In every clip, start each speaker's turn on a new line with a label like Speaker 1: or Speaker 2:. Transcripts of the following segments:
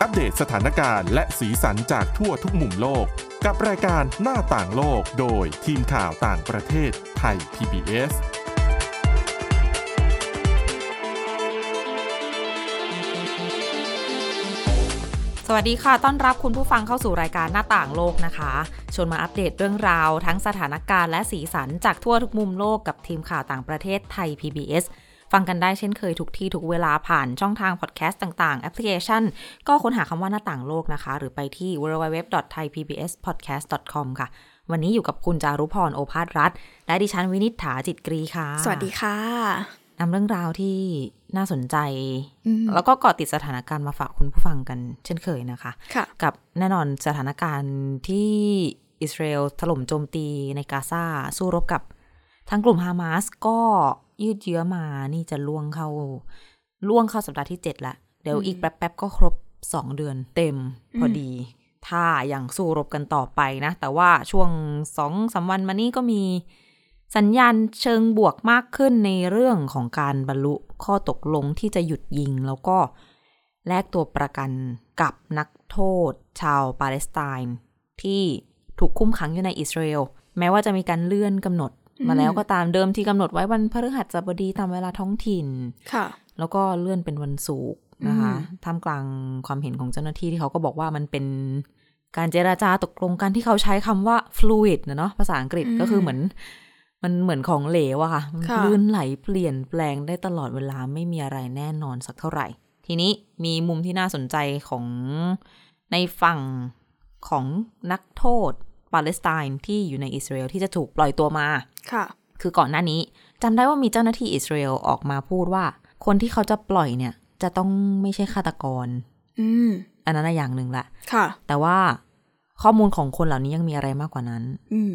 Speaker 1: อัปเดตสถานการณ์และสีสันจากทั่วทุกมุมโลก กับรายการหน้าต่างโลกโดยทีมข่าวต่างประเทศไทย PBS
Speaker 2: สวัสดีค่ะ ต้อนรับคุณผู้ฟังเข้าสู่รายการหน้าต่างโลกนะคะ ชวนมาอัปเดตเรื่องราว ทั้งสถานการณ์และสีสันจากทั่วทุกมุมโลกกับทีมข่าวต่างประเทศไทย PBS ฟังกันได้เช่นเคยทุกที่ทุกเวลาผ่านช่องทางพอดแคสต์ต่างๆ แอปพลิเคชัน ก็ค้นหาคำว่าหน้าต่างโลกนะคะ หรือไปที่ www.thaipbspodcast.com ค่ะ วันนี้อยู่กับคุณจารุพรโอภาสรัฐ และดิฉันวินิษฐาจิตกรีค่ะ
Speaker 3: สวัสดีค่ะ
Speaker 2: นำเรื่องราวที่น่าสนใจ
Speaker 3: อืม
Speaker 2: แล้วก็เกาะติดสถานการณ์มาฝากคุณผู้ฟังกันเช่นเคยนะคะ
Speaker 3: ค่ะ
Speaker 2: กับแน่นอนสถานการณ์ที่อิสราเอลถล่มโจมตีในกาซาสู้รบกับทางกลุ่มฮามาสก็ยืดเยื้อมานี่จะล่วงเข้าล่วงเข้าสัปดาห์ที่ 7 ละ เดี๋ยวอีกแป๊บๆก็ครบ 2 เดือนเต็มพอดี ถ้าอย่างสู้รบกันต่อไปนะ แต่ว่าช่วงสองสามวันมานี้ก็มี สัญญาณเชิงบวกมากขึ้นในเรื่องของการบรรลุข้อตกลงที่จะหยุดยิงแล้วก็ แลกตัวประกันกับนักโทษ ชาวปาเลสไตน์ที่ถูกคุมขังอยู่ในอิสราเอลแม้ว่าจะมีการเลื่อนกำหนด มาแล้วก็ตามเดิมที่กำหนดไว้วันพฤหัสบดีตามเวลาท้องถิ่น
Speaker 3: ค่ะ
Speaker 2: แล้วก็เลื่อนเป็นวันศุกร์นะคะ
Speaker 3: อืม
Speaker 2: ท่ามกลางความเห็นของเจ้าหน้าที่ที่เขาก็บอกว่ามันเป็นการเจราจาตกลงกันที่เขาใช้คำว่า fluid นะเนาะภาษาอังกฤษก็คือเหมือน มันเหมือนของเหลวอะค่ะมัน
Speaker 3: ค่ะ
Speaker 2: ลื่นไหลเปลี่ยนแปลงได้ตลอดเวลาไม่มีอะไรแน่นอนสักเท่าไหร่ ทีนี้มีมุมที่น่าสนใจของในฝั่งของนักโทษปาเลสไตน์ที่อยู่ในอิสราเอลที่จะถูกปล่อยตัวมา
Speaker 3: ค่ะ
Speaker 2: คือก่อนหน้านี้จำได้ว่ามีเจ้าหน้าที่อิสราเอลออกมาพูดว่า คนที่เขาจะปล่อยเนี่ย จะต้องไม่ใช่ฆาตกร
Speaker 3: อืม
Speaker 2: อันนั้นน่ะอย่างหนึ่งละ
Speaker 3: ค่ะ
Speaker 2: แต่ว่าข้อมูลของคนเหล่านี้ยังมีอะไรมากกว่านั้น
Speaker 3: อืม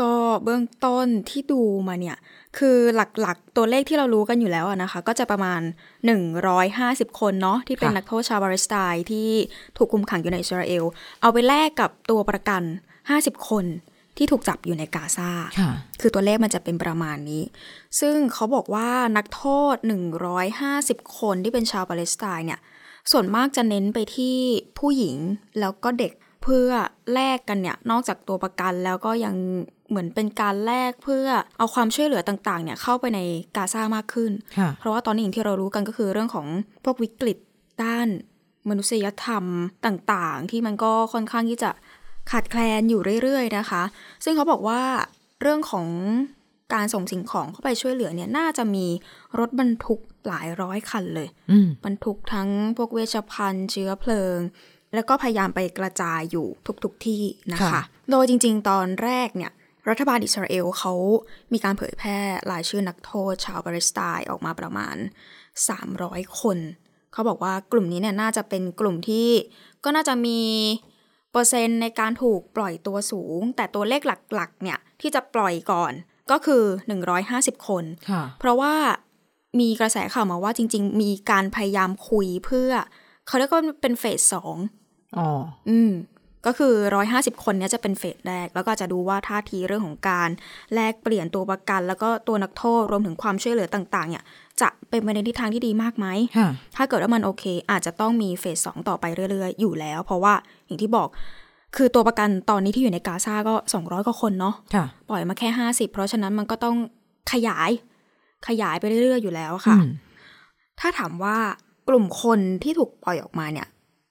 Speaker 3: ก็เบื้องต้นที่ดูมาเนี่ย คือหลักๆ ตัวเลขที่เรารู้กันอยู่แล้วอะนะคะ ก็จะประมาณ 150 คนเนาะที่เป็น
Speaker 2: ค่ะ
Speaker 3: นักโทษชาวปาเลสไตน์ที่ถูกคุมขังอยู่ในอิสราเอล เอาไปแลกกับตัวประกัน 50 คนที่ถูกจับอยู่ในกาซา
Speaker 2: ค่ะ
Speaker 3: คือตัวเลขมันจะเป็นประมาณนี้ ซึ่งเขาบอกว่านักโทษ 150 คนที่เป็นชาวปาเลสไตน์เนี่ย ส่วนมากจะเน้นไปที่ผู้หญิงแล้วก็เด็กเพื่อแลกกันเนี่ย นอกจากตัวประกันแล้วก็ยังเหมือนเป็นการแลกเพื่อเอาความช่วยเหลือต่างๆ เนี่ยเข้าไปในกาซามากขึ้น
Speaker 2: ค่ะ
Speaker 3: เพราะว่าตอนนี้อย่างที่เรารู้กันก็คือเรื่องของพวกวิกฤตด้านมนุษยธรรมต่างๆ ที่มันก็ค่อนข้างที่จะขาดแคลนอยู่เรื่อยๆนะคะ ซึ่งเขาบอกว่าเรื่องของการส่งสิ่งของเข้าไปช่วยเหลือเนี่ยน่าจะมีรถบรรทุกหลายร้อยคันเลย
Speaker 2: อืม
Speaker 3: บรรทุกทั้งพวกเวชภัณฑ์เชื้อเพลิง แล้วก็พยายามไปกระจายอยู่ทุกๆทที่นะ
Speaker 2: ค่ะ
Speaker 3: คะ โดยจริงๆ ตอนแรกเนี่ย รัฐบาลอิสราเอลเขามีการเผยแพร่รายชื่อนักโทษ ชาวปาเลสไตน์ออกมาประมาณ 300 คน เขาบอกว่ากลุ่มนี้เนี่ยน่าจะเป็นกลุ่มที่ก็น่าจะมีเปอร์เซ็นต์ในการถูกปล่อยตัวสูง แต่ตัวเลขหลักๆเนี่ยที่จะปล่อยก่อนก็คือ 150 คน
Speaker 2: ค่ะ
Speaker 3: เพราะว่ามีกระแสข่าวมาว่าจริง ๆ มีการพยายามคุยเพื่อ เขาเรียกว่าเป็นเฟสสอง
Speaker 2: อ๋อ
Speaker 3: อืม ก็คือร้อยห้าสิบคนเนี้ยจะเป็นเฟสแรก แล้วก็จะดูว่าท่าทีเรื่องของการแลกเปลี่ยนตัวประกัน แล้วก็ตัวนักโทษรวมถึงความช่วยเหลือต่าง ๆ เนี่ย จะเป็นไปในทิศทางที่ดีมากไหม
Speaker 2: ค่ะ
Speaker 3: ถ้าเกิดว่ามันโอเค อาจจะต้องมีเฟสสองต่อไปเรื่อย ๆ อยู่แล้ว เพราะว่าอย่างที่บอก คือตัวประกันตอนนี้ที่อยู่ในกาซาก็สองร้อยกว่าคนเนาะ
Speaker 2: ค่ะ
Speaker 3: ปล่อยมาแค่ 50 เพราะฉะนั้นมันก็ต้องขยายขยายไปเรื่อย ๆ อยู่แล้ว
Speaker 2: ค่ะ
Speaker 3: ค่ะ ถ้าถามว่ากลุ่มคนที่ถูกปล่อยออกมาเนี่ย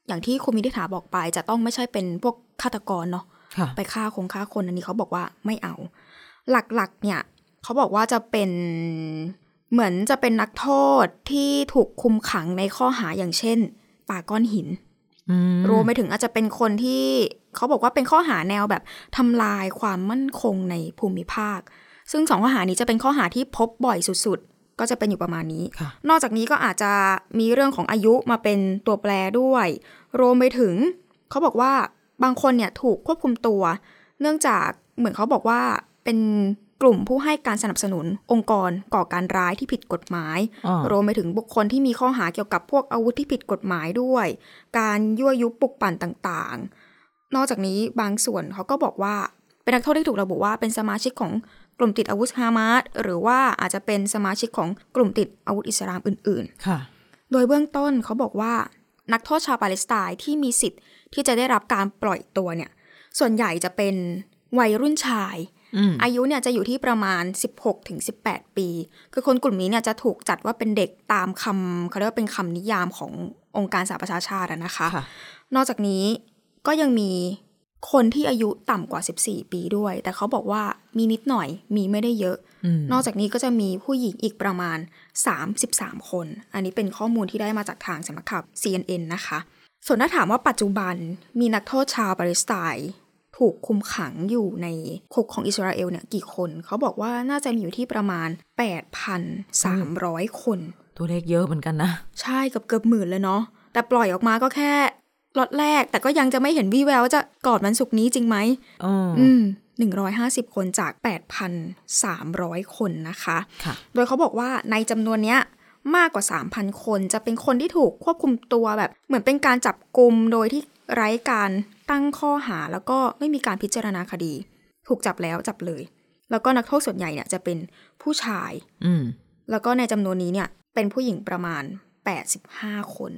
Speaker 3: อย่างที่คุณมิทิถาบอกไป จะต้องไม่ใช่เป็นพวกฆาตกรเนาะ
Speaker 2: ค่ะ
Speaker 3: ไปฆ่าคงฆ่าคนอันนี้เขาบอกว่าไม่เอา หลักๆ เนี่ยเขาบอกว่าจะเป็นเหมือนจะเป็นนักโทษที่ถูกคุมขังในข้อหาอย่างเช่นป่าก้อนหิน
Speaker 2: อืม
Speaker 3: รวมไปถึงอาจจะเป็นคนที่เขาบอกว่าเป็นข้อหาแนวแบบทำลายความมั่นคงในภูมิภาค ซึ่งสองข้อหานี้จะเป็นข้อหาที่พบบ่อยสุดๆ ก็จะเป็นอยู่ประมาณนี้
Speaker 2: ค่ะ
Speaker 3: นอกจากนี้ก็อาจจะมีเรื่องของอายุมาเป็นตัวแปรด้วย รวมไปถึง เขาบอกว่าบางคนเนี่ยถูกควบคุมตัว เนื่องจากเหมือนเขาบอกว่าเป็นกลุ่มผู้ให้การสนับสนุนองค์กรก่อการร้ายที่ผิดกฎหมาย
Speaker 2: อ่าร
Speaker 3: วมไปถึงบุคคลที่มีข้อหาเกี่ยวกับพวกอาวุธที่ผิดกฎหมายด้วย การยั่วยุปลุกปั่นต่างๆ นอกจากนี้บางส่วนเขาก็บอกว่าเป็นนักโทษที่ถูกระบุว่าเป็นสมาชิกของกลุ่มติดอาวุธฮามาสหรือว่าอาจจะเป็นสมาชิกของกลุ่มติดอาวุธอิสลามอื่น ๆ
Speaker 2: ค่ะ
Speaker 3: โดยเบื้องต้นเขาบอกว่า นักโทษชาวปาเลสไตน์ที่มีสิทธิ์ที่จะได้รับการปล่อยตัวเนี่ย ส่วนใหญ่จะเป็นวัยรุ่นชาย
Speaker 2: อืม
Speaker 3: อายุเนี่ยจะอยู่ที่ประมาณ 16ถึง18 ปี คือคนกลุ่มนี้เนี่ยจะถูกจัดว่าเป็นเด็กตามคำเขาเรียกว่าเป็นคำนิยามขององค์การสหประชาชาติอะนะคะ
Speaker 2: ค่ะ
Speaker 3: นอกจากนี้ก็ยังมีคนที่อายุต่ำกว่า 14 ปีด้วย แต่เขาบอกว่ามีนิดหน่อยมีไม่ได้เยอะ
Speaker 2: อืม
Speaker 3: นอกจากนี้ก็จะมีผู้หญิงอีกประมาณ 33 คน อันนี้เป็นข้อมูลที่ได้มาจากทางสำนักข่าว CNN นะคะ ส่วนถ้าถามว่าปัจจุบันมีนักโทษชาวปาเลสไตน์ถูกคุมขังอยู่ในคุกของอิสราเอลเนี่ยกี่คน เขาบอกว่าน่าจะมีอยู่ที่ประมาณ 8,300 คน
Speaker 2: ตัวเลขเยอะเหมือนกันนะ
Speaker 3: ใช่เกับเกือบหมื่นเลยเนาะแต่ปล่อยออกมาก็แค่ล็อตแรก แต่ก็ยังจะไม่เห็นวี่แววว่าจะกอดมันสุกร์นี้จริงไหม
Speaker 2: อืม
Speaker 3: อืมหนึ่งร้อยห้าสิบคนจาก 8,300 คนนะคะ
Speaker 2: ค่ะ
Speaker 3: โดยเขาบอกว่าในจำนวนเนี้ยมากกว่า 3,000 คนจะเป็นคนที่ถูกควบคุมตัวแบบ เหมือนเป็นการจับกลุ่มโดยที่ไร้การตั้งข้อหาแล้วก็ไม่มีการพิจารณาคดี ถูกจับแล้วจับเลย แล้วก็นักโทษส่วนใหญ่เนี่ยจะเป็นผู้ชาย
Speaker 2: อืม
Speaker 3: แล้วก็ในจำนวนนี้เนี่ยเป็นผู้หญิงประมาณ 85 คน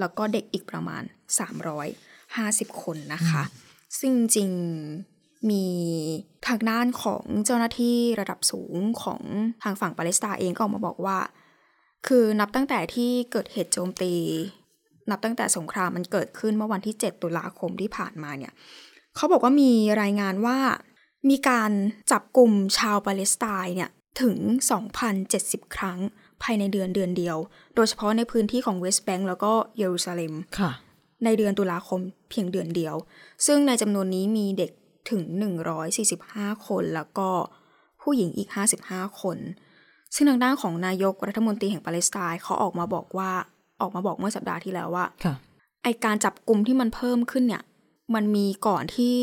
Speaker 3: แล้วก็เด็กอีกประมาณ 350 คนนะคะ ซึ่งจริงๆมีทางด้านของเจ้าหน้าที่ระดับสูงของทางฝั่งปาเลสไตน์เองก็ออกมาบอกว่า คือนับตั้งแต่ที่เกิดเหตุโจมตี นับตั้งแต่สงครามมันเกิดขึ้นเมื่อวันที่ 7 ตุลาคมที่ผ่านมาเนี่ยเขาบอกว่ามีรายงานว่า มีการจับกลุ่มชาวปาเลสไตน์เนี่ยถึง 2,070 ครั้งภายในเดือนเดือนเดียว โดยเฉพาะในพื้นที่ของเวสต์แบงก์แล้วก็เยรูซาเล็ม
Speaker 2: ค่ะ
Speaker 3: ในเดือนตุลาคมเพียงเดือนเดียว ซึ่งในจำนวนนี้มีเด็กถึง 145 คน แล้วก็ผู้หญิงอีก 55 คน ซึ่งทางด้านของนายกรัฐมนตรีแห่งปาเลสไตน์เขาออกมาบอกว่าออกมาบอกเมื่อสัปดาห์ที่แล้วว่า
Speaker 2: ค่ะ
Speaker 3: ไอการจับกลุ่มที่มันเพิ่มขึ้นเนี่ย มันมีก่อนที่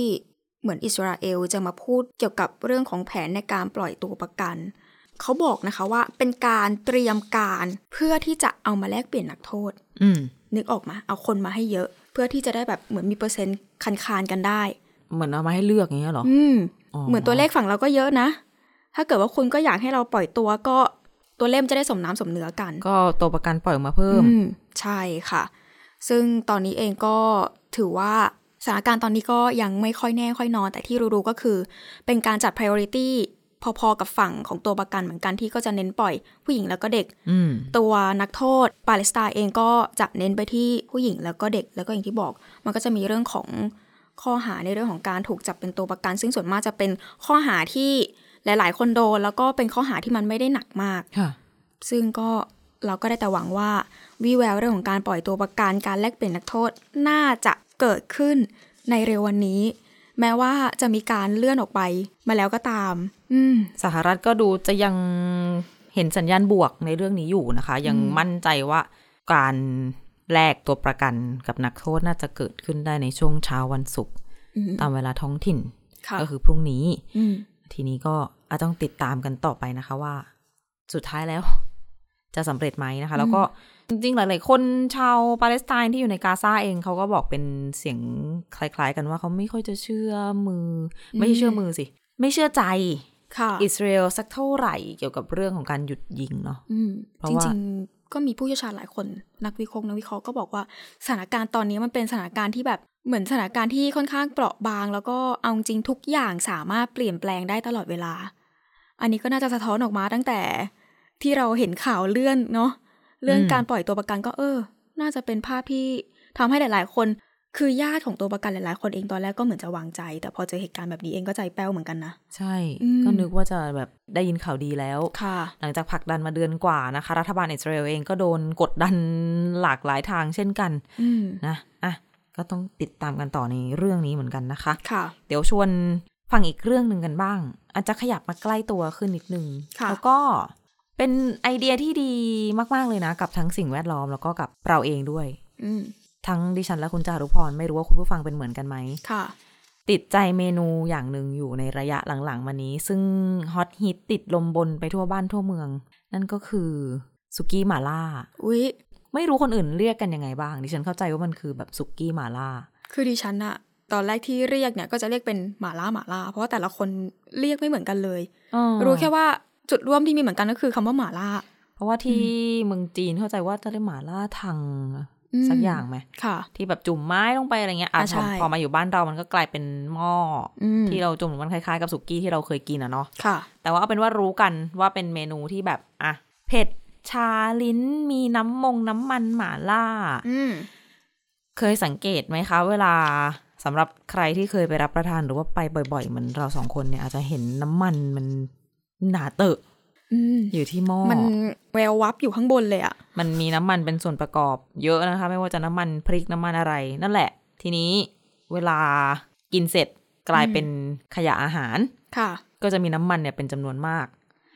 Speaker 3: เหมือนอิสราเอลจะมาพูดเกี่ยวกับเรื่องของแผนในการปล่อยตัวประกัน เขาบอกนะคะว่าเป็นการเตรียมการเพื่อที่จะเอามาแลกเปลี่ยนนักโทษ
Speaker 2: อืม
Speaker 3: นึกออกมาเอาคนมาให้เยอะ เพื่อที่จะได้แบบเหมือนมีเปอร์เซ็นต์คันคานกันได้
Speaker 2: เหมือนเอามาให้เลือกอย่างเงี้ยเหรอ
Speaker 3: อืม
Speaker 2: อ๋อ
Speaker 3: เหมือนตัวเลขฝั่งเราก็เยอะนะ ถ้าเกิดว่าคุณก็อยากให้เราปล่อยตัวก็ตัวเล่มจะได้สมน้ำสมเนื้อกัน
Speaker 2: ก็ตัวประกันปล่อยออกมาเพิ่ม
Speaker 3: อืมใช่ค่ะ ซึ่งตอนนี้เองก็ถือว่าสถานการณ์ตอนนี้ก็ยังไม่ค่อยแน่ค่อยนอน แต่ที่รู้ๆก็คือ เป็นการจัด priority พอๆกับฝั่งของตัวประกันเหมือนกันที่ก็จะเน้นปล่อยผู้หญิงแล้วก็เด็ก
Speaker 2: อืม
Speaker 3: ตัวนักโทษปาเลสไตน์เองก็จะเน้นไปที่ผู้หญิงแล้วก็เด็กแล้วก็อย่างที่บอก มันก็จะมีเรื่องของข้อหาในเรื่องของการถูกจับเป็นตัวประกัน ซึ่งส่วนมากจะเป็นข้อหาที่หลาย ๆ คนโดนแล้วก็เป็นข้อหาที่มันไม่ได้หนักมาก
Speaker 2: ค่ะ
Speaker 3: ซึ่งก็เราก็ได้แต่หวังว่าวิแววเรื่องของการปล่อยตัวประกันการแลกเปลี่ยนนักโทษน่าจะเกิดขึ้นในเร็ววันนี้ แม้ว่าจะมีการเลื่อนออกไปมาแล้วก็ตาม อืม
Speaker 2: สหรัฐก็ดูจะยังเห็นสัญญาณบวกในเรื่องนี้อยู่นะคะ ยังมั่นใจว่าการแลกตัวประกันกับนักโทษน่าจะเกิดขึ้นได้ในช่วงเช้าวันศุกร์
Speaker 3: อืม
Speaker 2: ตามเวลาท้องถิ่น
Speaker 3: ค่ะ
Speaker 2: ก็คือพรุ่งนี้
Speaker 3: อืม
Speaker 2: ทีนี้ก็อาจต้องติดตามกันต่อไปนะคะว่า สุดท้ายแล้ว จะสำเร็จไหมนะคะ แล้วก็จริงๆ หลายๆ คนชาวปาเลสไตน์ที่อยู่ในกาซาเองเขาก็บอกเป็นเสียงคล้าย ๆ กันว่าเขาไม่ค่อยจะเชื่อมือ ไม่ใช่เชื่อมือสิ ไม่เชื่อใจ
Speaker 3: ค่ะ
Speaker 2: อิสราเอลสักเท่าไหร่เกี่ยวกับเรื่องของการหยุดยิงเนาะ
Speaker 3: อืม
Speaker 2: เพราะ
Speaker 3: จ
Speaker 2: ว่า
Speaker 3: ริงๆ ก็มีผู้เชี่ยวชาญหลายคน นักวิเคราะห์นักวิเคราะห์ก็บอกว่าสถานการณ์ตอนนี้มันเป็นสถานการณ์ที่แบบเหมือนสถานการณ์ที่ค่อนข้างเปราะบาง แล้วก็เอาจริงทุกอย่างสามารถเปลี่ยนแปลงได้ตลอดเวลา อันนี้ก็น่าจะสะท้อนออกมาตั้งแต่ที่เราเห็นข่าวเลื่อนเนาะเรื่อง
Speaker 2: อืม
Speaker 3: การปล่อยตัวประกันก็เออ น่าจะเป็นภาพที่ทำให้หลาย ๆ คนคือญาติของตัวประกันหลาย ๆ คนเองตอนแรกก็เหมือนจะวางใจ แต่พอเจอเหตุการณ์แบบนี้เองก็ใจแป้วเหมือนกันนะ
Speaker 2: ใช่
Speaker 3: อืม
Speaker 2: ก็นึกว่าจะแบบได้ยินข่าวดีแล้ว
Speaker 3: ค่ะ
Speaker 2: หลังจากผลักดันมาเดือนกว่านะคะ รัฐบาลอิสราเอลเองก็โดนกดดันหลากหลายทางเช่นกัน
Speaker 3: อืม
Speaker 2: นะอ่ะก็ต้องติดตามกันต่อในเรื่องนี้เหมือนกันนะคะ
Speaker 3: ค่ะ
Speaker 2: เดี๋ยวชวนฟังอีกเรื่องหนึ่งกันบ้าง อาจจะขยับมาใกล้ตัวขึ้นนิดนึง
Speaker 3: ค่ะ
Speaker 2: แล้วก็เป็นไอเดียที่ดีมากๆเลยนะ กับทั้งสิ่งแวดล้อมแล้วก็กับเราเองด้วย
Speaker 3: อืม
Speaker 2: ทั้งดิฉันและคุณจารุพรไม่รู้ว่าคุณผู้ฟังเป็นเหมือนกันไหม
Speaker 3: ค่ะ
Speaker 2: ติดใจเมนูอย่างหนึ่งอยู่ในระยะหลังๆมานี้ ซึ่งฮอตฮิตติดลมบนไปทั่วบ้านทั่วเมือง นั่นก็คือสุกี้หมาล่า
Speaker 3: อุ๊ย
Speaker 2: ไม่รู้คนอื่นเรียกกันยังไงบ้าง ดิฉันเข้าใจว่ามันคือแบบสุกี้หมาล่า
Speaker 3: คือดิฉันอะตอนแรกที่เรียกเนี่ยก็จะเรียกเป็นหมาล่าหมาล่า เพราะว่าแต่ละคนเรียกไม่เหมือนกันเลย รู้แค่ว่าจุดร่วมที่มีเหมือนกันก็คือคำว่าหมาล่า
Speaker 2: เพราะว่าที่เมืองจีนเข้าใจว่าจะเรียกหมาล่าทาง
Speaker 3: ม
Speaker 2: สักอย่างไหม
Speaker 3: ค่ะ
Speaker 2: ที่แบบจุ่มไม้ลงไปอะไรเงี้ยอ่ะ
Speaker 3: อ่ะใช่
Speaker 2: พอพอมาอยู่บ้านเรามันก็กลายเป็นหม้อ
Speaker 3: อื
Speaker 2: อ
Speaker 3: ม
Speaker 2: ที่เราจุ่มมันคล้ายๆกับสุกี้ที่เราเคยกินอะเนาะ
Speaker 3: ค่ะ
Speaker 2: แต่ว่าเอาเป็นว่ารู้กันว่าเป็นเมนูที่แบบอ่ะเผ็ดชาลิ้นมีน้ำมงน้ำมันหมาล่า
Speaker 3: อืม
Speaker 2: เคยสังเกตไหมคะ เวลาสำหรับใครที่เคยไปรับประทานหรือว่าไปบ่อยๆเหมือนเราสองคนเนี่ยอาจจะเห็นน้ำมันมันหนาเตอะ
Speaker 3: อืม
Speaker 2: อยู่ที่หม้อ
Speaker 3: มันแวววับอยู่ข้างบนเลยอะ
Speaker 2: มันมีน้ำมันเป็นส่วนประกอบเยอะนะคะ ไม่ว่าจะน้ำมันพริกน้ำมันอะไร นั่นแหละ ทีนี้เวลากินเสร็จกลายเป็นขยะอาหาร
Speaker 3: ค่ะ
Speaker 2: ก็จะมีน้ำมันเนี่ยเป็นจำนวนมาก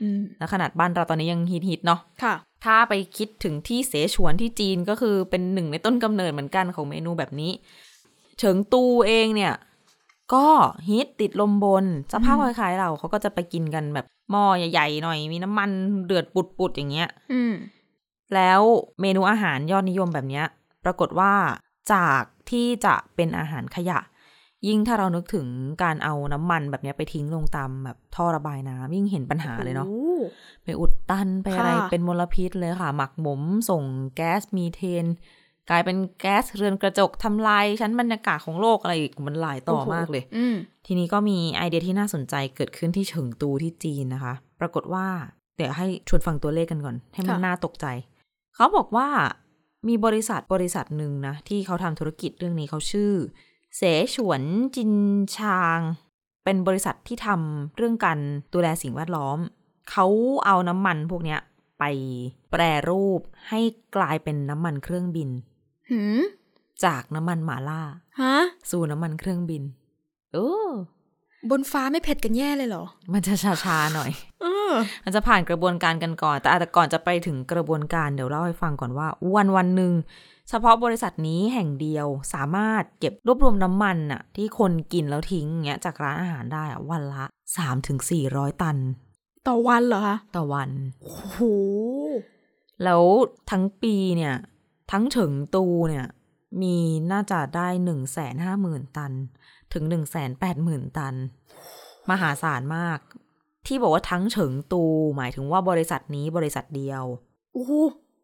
Speaker 3: อืม
Speaker 2: และขนาดบ้านเราตอนนี้ยังฮิตๆเนาะ
Speaker 3: ค่ะ
Speaker 2: ถ้าไปคิดถึงที่เสฉวนที่จีนก็คือเป็นหนึ่งในต้นกำเนิดเหมือนกันของเมนูแบบนี้ เฉิงตูเองเนี่ย ก็ฮิตติดลมบนสภาพคล้ายๆเราเขาก็จะไปกินกันแบบหม้อใหญ่ๆหน่อยมีน้ำมันเดือดปุดๆอย่างเงี้ย
Speaker 3: อืม
Speaker 2: แล้วเมนูอาหารยอดนิยมแบบเนี้ย ปรากฏว่าจากที่จะเป็นอาหารขยะ ยิ่งถ้าเรานึกถึงการเอาน้ำมันแบบเนี้ยไปทิ้งลงตามแบบท่อระบายน้ำยิ่งเห็นปัญหาเลยเนาะ
Speaker 3: โอ้
Speaker 2: ไปอุดตันไปอะไร
Speaker 3: ค่ะ
Speaker 2: เป็นมลพิษเลยค่ะ หมักหมมส่งแก๊สมีเทน กลายเป็นแก๊สเรือนกระจกทำลายชั้นบรรยากาศของโลกอะไรอีกมันหลายต่อมากเลย
Speaker 3: อืม
Speaker 2: ทีนี้ก็มีไอเดียที่น่าสนใจเกิดขึ้นที่เฉิงตูที่จีนนะคะ ปรากฏว่า เดี๋ยวให้ชวนฟังตัวเลขกันก่อน ให้มันน่าตกใจ เขาบอกว่ามีบริษัทบริษัทหนึ่งนะ ที่เขาทำธุรกิจเรื่องนี้เขาชื่อ เสฉวนจินชาง เป็นบริษัทที่ทำเรื่องการดูแลสิ่งแวดล้อม เขาเอาน้ำมันพวกเนี้ยไปแปรรูปให้กลายเป็นน้ำมันเครื่องบิน
Speaker 3: หืม
Speaker 2: จากน้ำมันหมาล่า
Speaker 3: ฮะ
Speaker 2: สู่น้ำมันเครื่องบินโอ้
Speaker 3: บนฟ้าไม่เผ็ดกันแย่เลยเหรอ
Speaker 2: มันจะช้าๆหน่อย
Speaker 3: เออ
Speaker 2: มันจะผ่านกระบวนการกันก่อน แต่แต่ก่อนจะไปถึงกระบวนการเดี๋ยวเล่าให้ฟังก่อนว่า วันวันหนึ่งเฉพาะบริษัทนี้แห่งเดียวสามารถเก็บรวบรวมน้ำมันน่ะ ที่คนกินแล้วทิ้งอย่างเงี้ยจากร้านอาหารได้อะวันละ 3-400 ตัน
Speaker 3: ต่อวันเหรอคะ
Speaker 2: ต่อวัน
Speaker 3: โอ้โห
Speaker 2: แล้วทั้งปีเนี่ย ทั้งเฉิงตูเนี่ย มีน่าจะได้หนึ่งแสนห้าหมื่นตัน ถึงหนึ่งแสนแปดหมื่นตัน มหาศาลมาก ที่บอกว่าทั้งเฉิงตู หมายถึงว่าบริษัทนี้บริษัทเดียว
Speaker 3: โอ้โห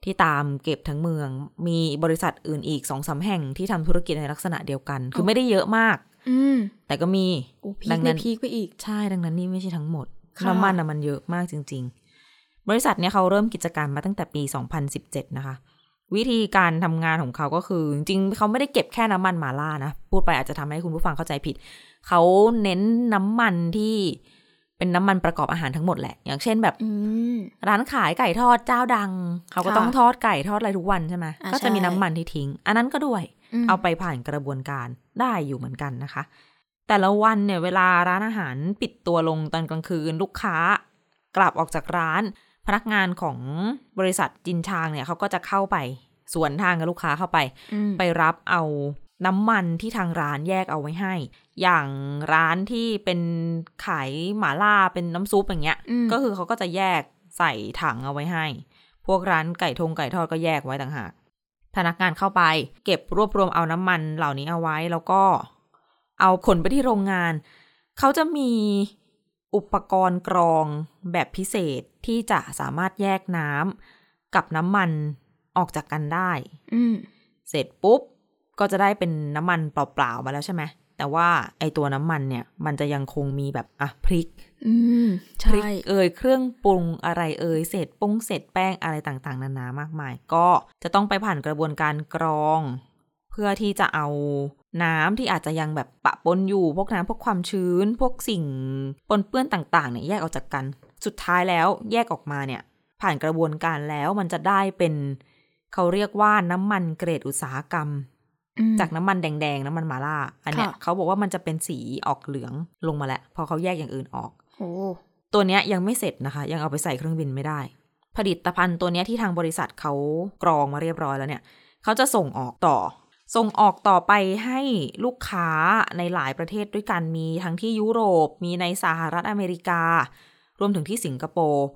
Speaker 2: ที่ตามเก็บทั้งเมือง มีบริษัทอื่นอีกสองสามแห่งที่ทำธุรกิจในลักษณะเดียวกัน คือไม่ได้เยอะมาก
Speaker 3: อืม
Speaker 2: แต่ก็มี
Speaker 3: โอ้พี
Speaker 2: ดั
Speaker 3: ค
Speaker 2: ง
Speaker 3: ไป
Speaker 2: นั้น
Speaker 3: พีคไปอีก
Speaker 2: ใช่ดังนั้นนี่ไม่ใช่ทั้งหมด
Speaker 3: ค่ะ
Speaker 2: น้ำมันนะมันเยอะมากจริง ๆ บริษัทเนี่ยเขาเริ่มกิจการมาตั้งแต่ปี 2017 นะคะ วิธีการทำงานของเขาก็คือ จริงๆเขาไม่ได้เก็บแค่น้ำมันหมาล่านะ พูดไปอาจจะทำให้คุณผู้ฟังเข้าใจผิด เขาเน้นน้ำมันที่เป็นน้ำมันประกอบอาหารทั้งหมดแหละ อย่างเช่นแบบ
Speaker 3: อืม
Speaker 2: ร้านขายไก่ทอดเจ้าดัง เขาก็
Speaker 3: ค่ะ
Speaker 2: ต้องทอดไก่ทอดอะไรทุกวันใช่ไหม
Speaker 3: อ่า
Speaker 2: ก็จะมี
Speaker 3: ใช่
Speaker 2: น้ำมันที่ทิ้ง อันนั้นก็ด้วย
Speaker 3: ม
Speaker 2: เอาไปผ่านกระบวนการได้อยู่เหมือนกันนะคะ แต่ละวันเนี่ยเวลาร้านอาหารปิดตัวลงตอนกลางคืนลูกค้ากลับออกจากร้าน พนักงานของบริษัทจินชางเนี่ยเขาก็จะเข้าไปสวนทางกับลูกค้าเข้าไป
Speaker 3: อืม
Speaker 2: ไปรับเอาน้ำมันที่ทางร้านแยกเอาไว้ให้ อย่างร้านที่เป็นขายหมาล่าเป็นน้ำซุปอย่างเงี้ย
Speaker 3: อืม
Speaker 2: ก็คือเขาก็จะแยกใส่ถังเอาไว้ให้ พวกร้านไก่ทงไก่ทอดก็แยกไว้ต่างหาก พนักงานเข้าไป เก็บรวบรวมเอาน้ำมันเหล่านี้เอาไว้ แล้วก็เอาขนไปที่โรงงาน เขาจะมีอุปกรณ์กรองแบบพิเศษที่จะสามารถแยกน้ำกับน้ำมันออกจากกันได้
Speaker 3: อืม
Speaker 2: เสร็จปุ๊บ ก็จะได้เป็นน้ำมันเปล่าๆมาแล้วใช่ไหม แต่ว่าไอตัวน้ำมันเนี่ย มันจะยังคงมีแบบอ่ะพริก
Speaker 3: อืม
Speaker 2: พริก
Speaker 3: ใช่
Speaker 2: เอยเครื่องปรุงอะไรเอยเศษป้งเศษแป้งอะไรต่างๆ นานามากมาย ก็จะต้องไปผ่านกระบวนการกรอง เพื่อที่จะเอาน้ำที่อาจจะยังแบบปะปนอยู่ พวกน้ำพวกความชื้น พวกสิ่งปนเปื้อนต่างๆเนี่ยแยกออกจากกัน สุดท้ายแล้วแยกออกมาเนี่ย ผ่านกระบวนการแล้วมันจะได้เป็นเขาเรียกว่าน้ำมันเกรดอุตสาหกรรม
Speaker 3: อืม
Speaker 2: จากน้ำมันแดงๆ น้ำมันหมาล่า อันเนี้ย
Speaker 3: ค่ะ
Speaker 2: เขาบอกว่ามันจะเป็นสีออกเหลืองลงมาแล้วพอเขาแยกอย่างอื่นออก
Speaker 3: โอ้
Speaker 2: ตัวเนี้ยยังไม่เสร็จนะคะ ยังเอาไปใส่เครื่องบินไม่ได้ ผลิตภัณฑ์ตัวเนี้ยที่ทางบริษัทเขากรองมาเรียบร้อยแล้วเนี่ย เขาจะส่งออกต่อ ส่งออกต่อไปให้ลูกค้าในหลายประเทศด้วยกันมีทั้งที่ยุโรป มีในสหรัฐอเมริกา รวมถึงที่สิงคโปร์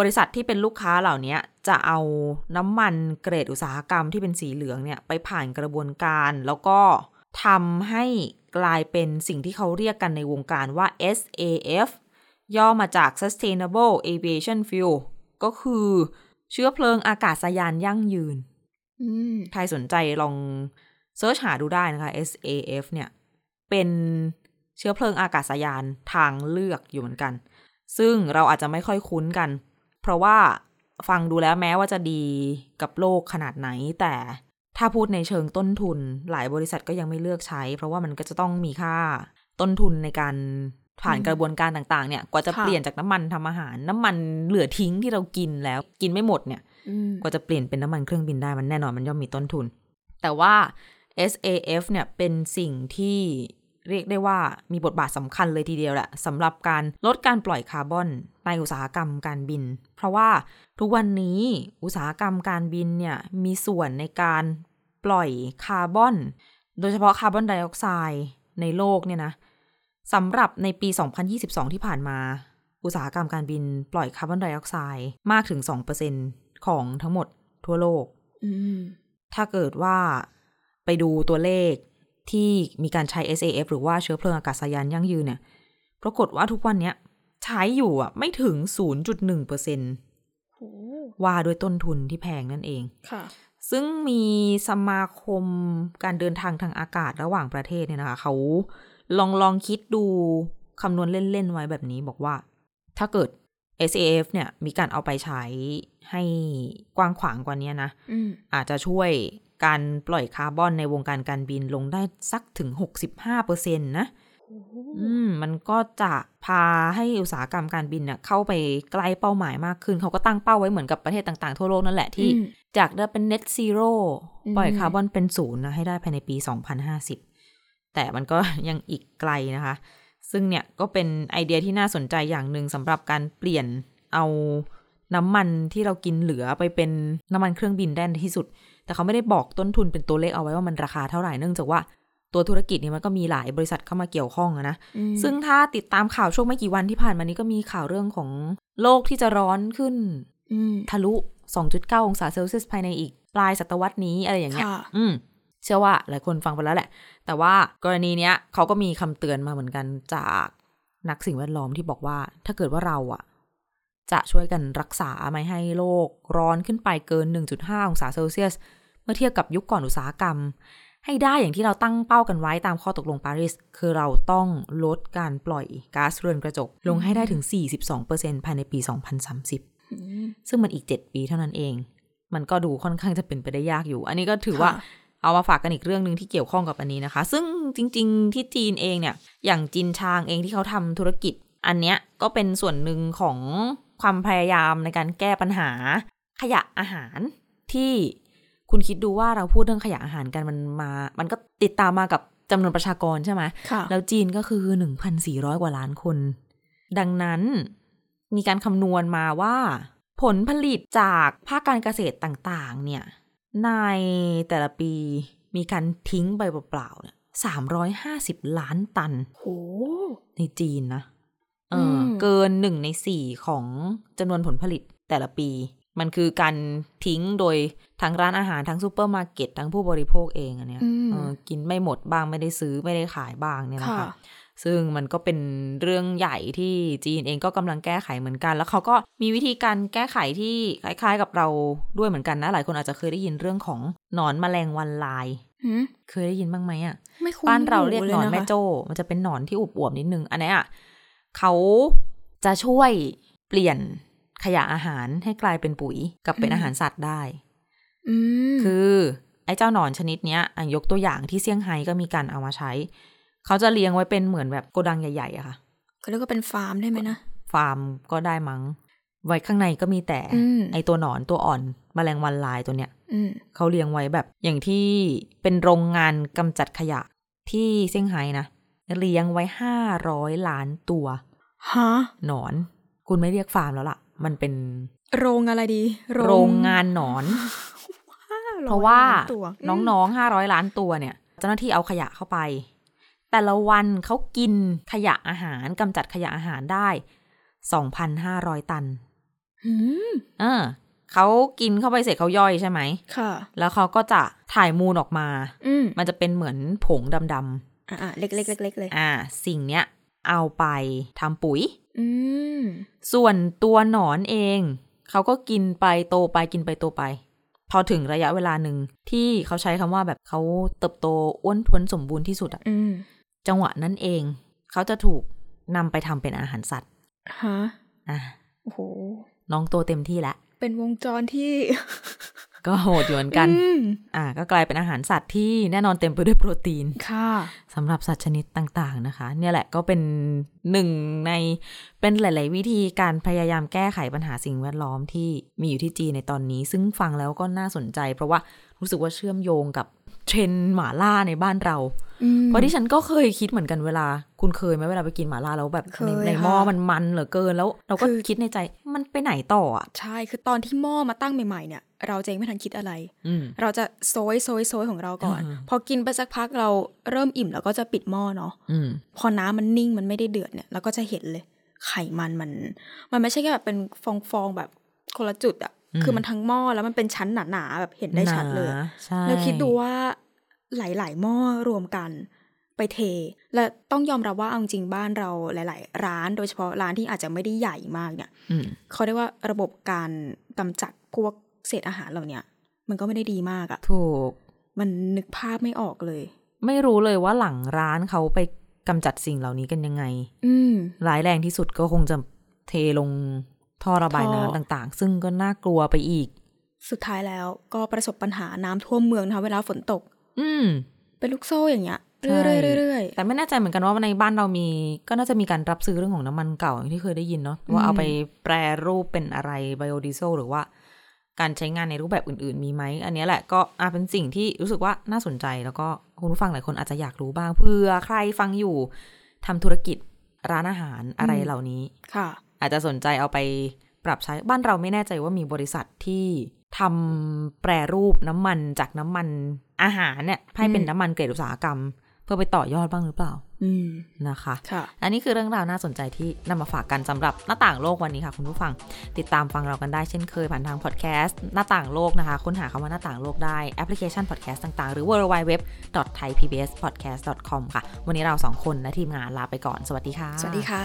Speaker 2: บริษัทที่เป็นลูกค้าเหล่าเนี้ยจะเอาน้ำมันเกรดอุตสาหกรรมที่เป็นสีเหลืองเนี่ยไปผ่านกระบวนการ แล้วก็ทำให้กลายเป็นสิ่งที่เขาเรียกกันในวงการว่า SAF ย่อมาจาก Sustainable Aviation Fuel ก็คือเชื้อเพลิงอากาศยานยั่งยืน
Speaker 3: อืม
Speaker 2: ใครสนใจลองเซิร์ชหาดูได้นะคะ SAF เนี่ย เป็นเชื้อเพลิงอากาศยานทางเลือกอยู่เหมือนกัน ซึ่งเราอาจจะไม่ค่อยคุ้นกัน เพราะว่าฟังดูแล้วแม้ว่าจะดีกับโลกขนาดไหน แต่ถ้าพูดในเชิงต้นทุน หลายบริษัทก็ยังไม่เลือกใช้ เพราะว่ามันก็จะต้องมีค่าต้นทุนในการผ่าน
Speaker 3: อืม
Speaker 2: กระบวนการต่างๆ เนี่ย กว่าจะ
Speaker 3: ค่ะ
Speaker 2: เปลี่ยนจากน้ำมันทำอาหาร น้ำมันเหลือทิ้งที่เรากินแล้วกินไม่หมดเนี่ย
Speaker 3: อืม
Speaker 2: กว่าจะเปลี่ยนเป็นน้ำมันเครื่องบินได้มันแน่นอนมันย่อมมีต้นทุน แต่ว่า SAF เนี่ยเป็นสิ่งที่เรียกได้ว่ามีบทบาทสำคัญเลยทีเดียวแหละสำหรับการลดการปล่อยคาร์บอนในอุตสาหกรรมการบิน เพราะว่าทุกวันนี้อุตสาหกรรมการบินเนี่ยมีส่วนในการปล่อยคาร์บอน โดยเฉพาะคาร์บอนไดออกไซด์ในโลกเนี่ยนะสำหรับในปี 2022 ที่ผ่านมา อุตสาหกรรมการบินปล่อยคาร์บอนไดออกไซด์มากถึง 2%ของทั้งหมดทั่วโลก
Speaker 3: อืม
Speaker 2: ถ้าเกิดว่าไปดูตัวเลขที่มีการใช้ SAF หรือว่าเชื้อเพลิงอากาศยานยั่งยืนเนี่ย ปรากฏว่าทุกวันเนี้ยใช้อยู่อ่ะไม่ถึง 0.1%
Speaker 3: โห
Speaker 2: ว่าด้วยต้นทุนที่แพงนั่นเอง
Speaker 3: ค่ะ
Speaker 2: ซึ่งมีสมาคมการเดินทางทางอากาศระหว่างประเทศเนี่ยนะคะ เขาลองลองคิดดูคำนวณเล่น ๆ ไว้แบบนี้บอกว่า ถ้าเกิด SAF เนี่ยมีการเอาไปใช้ให้กว้างขวางกว่านี้นะ
Speaker 3: อืม
Speaker 2: อาจจะช่วยการปล่อยคาร์บอนในวงการการบินลงได้สักถึง 65%นะ
Speaker 3: โอ้โห
Speaker 2: อืมมันก็จะพาให้อุตสาหกรรมการบินเน่ะเข้าไปใกล้เป้าหมายมากขึ้น เขาก็ตั้งเป้าไว้เหมือนกับประเทศต่างๆทั่วโลกนั่นแหละที่
Speaker 3: อืม
Speaker 2: จากได้เป็น net zero
Speaker 3: อืม
Speaker 2: ปล่อยคาร์บอนเป็นศูนย์นะ ให้ได้ภายในปี 2050 แต่มันก็ ยังอีกไกลนะคะ ซึ่งเนี่ยก็เป็นไอเดียที่น่าสนใจอย่างหนึ่งสำหรับการเปลี่ยนเอาน้ำมันที่เรากินเหลือไปเป็นน้ำมันเครื่องบินได้ในที่สุด แต่เขาไม่ได้บอกต้นทุนเป็นตัวเลขเอาไว้ว่ามันราคาเท่าไหร่เนื่องจากว่าตัวธุรกิจเนี่ยมันก็มีหลายบริษัทเข้ามาเกี่ยวข้องอะนะ
Speaker 3: อืม
Speaker 2: ซึ่งถ้าติดตามข่าวช่วงไม่กี่วันที่ผ่านมานี้ก็มีข่าวเรื่องของโลกที่จะร้อนขึ้น
Speaker 3: อืม
Speaker 2: ทะลุ 2.9 องศาเซลเซียสภายในอีก ปลายศตวรรษนี้อะไรอย่างเงี้ย
Speaker 3: ค่ะ
Speaker 2: อืม เชื่อว่าหลายคนฟังไปแล้วแหละ แต่ว่ากรณีเนี้ยเขาก็มีคำเตือนมาเหมือนกันจากนักสิ่งแวดล้อมที่บอกว่า ถ้าเกิดว่าเราอะจะช่วยกันรักษาไม่ให้โลกร้อนขึ้นไปเกิน 1.5 องศาเซลเซียส เมื่อเทียบกับยุคก่อนอุตสาหกรรม ให้ได้อย่างที่เราตั้งเป้ากันไว้ตามข้อตกลงปารีสคือเราต้องลดการปล่อยก๊าซเรือนกระจก ลงให้ได้ถึง 42%ภายในปี 2030
Speaker 3: อืม
Speaker 2: ซึ่งมันอีก 7 ปีเท่านั้นเอง มันก็ดูค่อนข้างจะเป็นไปได้ยากอยู่ อันนี้ก็ถือว่า
Speaker 3: ค่ะ
Speaker 2: เอามาฝากกันอีกเรื่องหนึ่งที่เกี่ยวข้องกับอันนี้นะคะ ซึ่งจริง ๆ ที่จีนเองเนี่ย อย่างจินชางเองที่เขาทำธุรกิจ อันเนี้ยก็เป็นส่วนหนึ่งของความพยายามในการแก้ปัญหา ขยะอาหารที่คุณคิดดูว่าเราพูดเรื่องขยะอาหารกันมันมา มันก็ติดตามมากับจำนวนประชากรใช่ไหม
Speaker 3: ค่ะ
Speaker 2: แล้วจีนก็คือ 1,400 กว่าล้านคน ดังนั้นมีการคำนวณมาว่า ผลผลิตจากภาคการเกษตรต่างๆ เนี่ย ในแต่ละปีมีการทิ้งใบเปล่าๆเนี่ยสามร้อยห้าสิบล้านตัน
Speaker 3: โห
Speaker 2: ในจีนนะเออ
Speaker 3: ม
Speaker 2: อเกินหนึ่งในสี่ของจำนวนผลผลิตแต่ละปี มันคือการทิ้งโดยทั้งร้านอาหารทั้งซูเปอร์มาร์เก็ตทั้งผู้บริโภคเองอันเนี้ย
Speaker 3: อืม
Speaker 2: เออกินไม่หมดบ้างไม่ได้ซื้อไม่ได้ขายบ้างเนี่ยนะ
Speaker 3: ค่ะ
Speaker 2: คะ ซึ่งมันก็เป็นเรื่องใหญ่ที่จีนเองก็กำลังแก้ไขเหมือนกัน แล้วเขาก็มีวิธีการแก้ไขที่คล้ายๆกับเราด้วยเหมือนกันนะ หลายคนอาจจะเคยได้ยินเรื่องของหนอนแมลงวันลาย
Speaker 3: หืม
Speaker 2: เคยได้ยินบ้างไหมอ่ะ
Speaker 3: ไม่คุ้น
Speaker 2: บ้านเราเรียกหนอน
Speaker 3: ละคะ
Speaker 2: แม่โจ้ มันจะเป็นหนอนที่อุบอวบๆนิดนึง อันเนี้ยอ่ะเขาจะช่วยเปลี่ยนขยะอาหารให้กลายเป็นปุ๋ยกับเป็นอาหารสัตว์ได้
Speaker 3: อืม
Speaker 2: คือไอ้เจ้าหนอนชนิดเนี้ยอ่ะยกตัวอย่างที่เซี่ยงไฮ้ก็มีการเอามาใช้ เขาจะเลี้ยงไว้เป็นเหมือนแบบโกดังใหญ่ๆอะค่ะ
Speaker 3: เขาเรียกว่าเป็นฟาร์มได้ไหมนะ
Speaker 2: ฟาร์มก็ได้มั้ง ไว้ข้างในก็มีแต่
Speaker 3: อืม
Speaker 2: ไอตัวหนอนตัวอ่อนมแมลงวันลายตัวเนี้ย
Speaker 3: อืม
Speaker 2: เขาเลี้ยงไว้แบบ อย่างที่เป็นโรงงานกำจัดขยะที่เซี่ยงไฮ้นะเลี้ยงไว้ห้าร้อยล้านตัว
Speaker 3: ฮะ
Speaker 2: หนอน คุณไม่เรียกฟาร์มแล้วล่ะ มันเป็น
Speaker 3: โรงอะไรดี
Speaker 2: โรงงานหนอน
Speaker 3: 500
Speaker 2: เพราะว่า
Speaker 3: ตัว
Speaker 2: น้องๆห้าร้อยล้านตัวเนี่ย เจ้าหน้าที่เอาขยะเข้าไป แต่ละวันเขากินขยะอาหารกำจัดขยะอาหารได้สองพันห้าร้อยตัน
Speaker 3: อืม
Speaker 2: เออเขากินเข้าไปเสร็จเขาย่อยใช่ไหม
Speaker 3: ค่ะ
Speaker 2: แล้วเขาก็จะถ่ายมูลออกมา
Speaker 3: อืม
Speaker 2: มันจะเป็นเหมือนผงดำ
Speaker 3: อ่าเล็กๆเล็กๆเลย
Speaker 2: ๆ อ่า สิ่งเนี้ยเอาไปทำปุ๋ย
Speaker 3: อืม
Speaker 2: ส่วนตัวหนอนเอง เขาก็กินไปโตไปกินไปโตไป พอถึงระยะเวลาหนึ่งที่เขาใช้คำว่าแบบเขาเติบโตอ้วนท้วนสมบูรณ์ที่สุดอะ
Speaker 3: อืม
Speaker 2: จังหวะนั้นเอง เขาจะถูกนำไปทำเป็นอาหารสัตว์
Speaker 3: ฮะ
Speaker 2: อ่ะ
Speaker 3: โอ้โห
Speaker 2: น้องโตเต็มที่แล้ว
Speaker 3: เป็นวงจรที่
Speaker 2: ก็โหดอยู่เหมือนกัน
Speaker 3: อืม
Speaker 2: อ่าก็กลายเป็นอาหารสัตว์ที่แน่นอนเต็มไปด้วยโปรตีน
Speaker 3: ค่ะ
Speaker 2: สำหรับสัตว์ชนิดต่างๆนะคะ เนี่ยแหละก็เป็นหนึ่งในเป็นหลาย ๆ วิธีการพยายามแก้ไขปัญหาสิ่งแวดล้อมที่มีอยู่ที่จีนในตอนนี้ ซึ่งฟังแล้วก็น่าสนใจ เพราะว่ารู้สึกว่าเชื่อมโยงกับเทรนด์หมาล่าในบ้านเรา
Speaker 3: อืม
Speaker 2: เพราะที่ฉันก็เคยคิดเหมือนกันเวลา คุณเคยไหมเวลาไปกินหมาล่าแล้วแบบ
Speaker 3: เค
Speaker 2: ใน
Speaker 3: ย
Speaker 2: ในหม้อ
Speaker 3: ค่ะ
Speaker 2: มันมันเหลือเกินแล้ว เราก็
Speaker 3: คือ
Speaker 2: คิดในใจมันไปไหนต่ออ่ะ
Speaker 3: ใช่ คือตอนที่หม้อมาตั้งใหม่ๆเนี่ย เราจะยังไม่ทันคิดอะไร
Speaker 2: อืม
Speaker 3: เราจะโซยโซยโซยของเราก่อน
Speaker 2: อ่าฮะ
Speaker 3: พอกินไปสักพักเราเริ่มอิ่มแล้วก็จะปิดหม้อเนาะ
Speaker 2: อืม
Speaker 3: พอน้ำมันนิ่งมันไม่ได้เดือดเนี่ยเราก็จะเห็นเลย ไขมันมัน มันไม่ใช่แค่แบบเป็นฟองฟองๆแบบคนละจุดอะ
Speaker 2: อืม
Speaker 3: คือมันทั้งหม้อแล้วมันเป็นชั้นหนาๆแบบเห็นได้ชัดเลย
Speaker 2: หนาใช่
Speaker 3: แล้วคิดดูว่าหลาย ๆ หม้อรวมกัน ไปเท และต้องยอมรับว่าเอาจริงๆบ้านเราหลาย ๆ ร้านโดยเฉพาะร้านที่อาจจะไม่ได้ใหญ่มากเนี่ย
Speaker 2: อืม
Speaker 3: เขาเรียกว่าระบบการกำจัดพวกเศษอาหารเหล่าเนี้ยมันก็ไม่ได้ดีมากอะ
Speaker 2: ถูก
Speaker 3: มันนึกภาพไม่ออกเลย
Speaker 2: ไม่รู้เลยว่าหลังร้านเขาไปกำจัดสิ่งเหล่านี้กันยังไง
Speaker 3: อืม
Speaker 2: ร้ายแรงที่สุดก็คงจะเทลงท่อระบาย
Speaker 3: ท่อ
Speaker 2: น้ำต่างๆ ซึ่งก็น่ากลัวไปอีก
Speaker 3: สุดท้ายแล้วก็ประสบปัญหาน้ำท่วมเมืองนะคะเวลาฝนตก
Speaker 2: อืม
Speaker 3: เป็นลูกโซ่อย่างเงี้ย
Speaker 2: ใช่
Speaker 3: เรื่อยๆเรื่อย
Speaker 2: แต่ไม่แน่ใจเหมือนกันว่าในบ้านเรามี ก็น่าจะมีการรับซื้อเรื่องของน้ำมันเก่าอย่างที่เคยได้ยินเนาะว่าเอาไปแปรรูปเป็นอะไรไบโอดีเซลหรือว่า การใช้งานในรูปแบบอื่น ๆ มีไหมอันเนี้ยแหละก็อาเป็นสิ่งที่รู้สึกว่าน่าสนใจแล้วก็คุณผู้ฟังหลายคนอาจจะอยากรู้บ้างเพื่อใครฟังอยู่ทำธุรกิจร้านอาหารอะไร
Speaker 3: อืม
Speaker 2: เหล่านี้
Speaker 3: ๆค่ะ
Speaker 2: อาจจะสนใจเอาไปปรับใช้บ้านเราไม่แน่ใจว่ามีบริษัทที่ทำแปรรูปน้ำมันจากน้ำมันอาหารเนี่ยให้เป็น
Speaker 3: อืม
Speaker 2: น้ำมันเกรดอุตสาหกรรม เพื่อไปต่อยอดบ้างหรือเปล่า
Speaker 3: อืม
Speaker 2: นะคะ
Speaker 3: ค่ะ
Speaker 2: อันนี้คือเรื่องราวน่าสนใจที่นำมาฝากกันสำหรับหน้าต่างโลกวันนี้ค่ะคุณผู้ฟัง ติดตามฟังเรากันได้เช่นเคยผ่านทางพอดแคสต์หน้าต่างโลกนะคะ ค้นหาคำว่าหน้าต่างโลกได้แอปพลิเคชันพอดแคสต์ต่างๆ หรือ www.thaipbspodcast.com ค่ะ วันนี้เราสองคนและทีมงานลาไปก่อนสวัสดีค่ะ
Speaker 3: สวัสดีค่ะ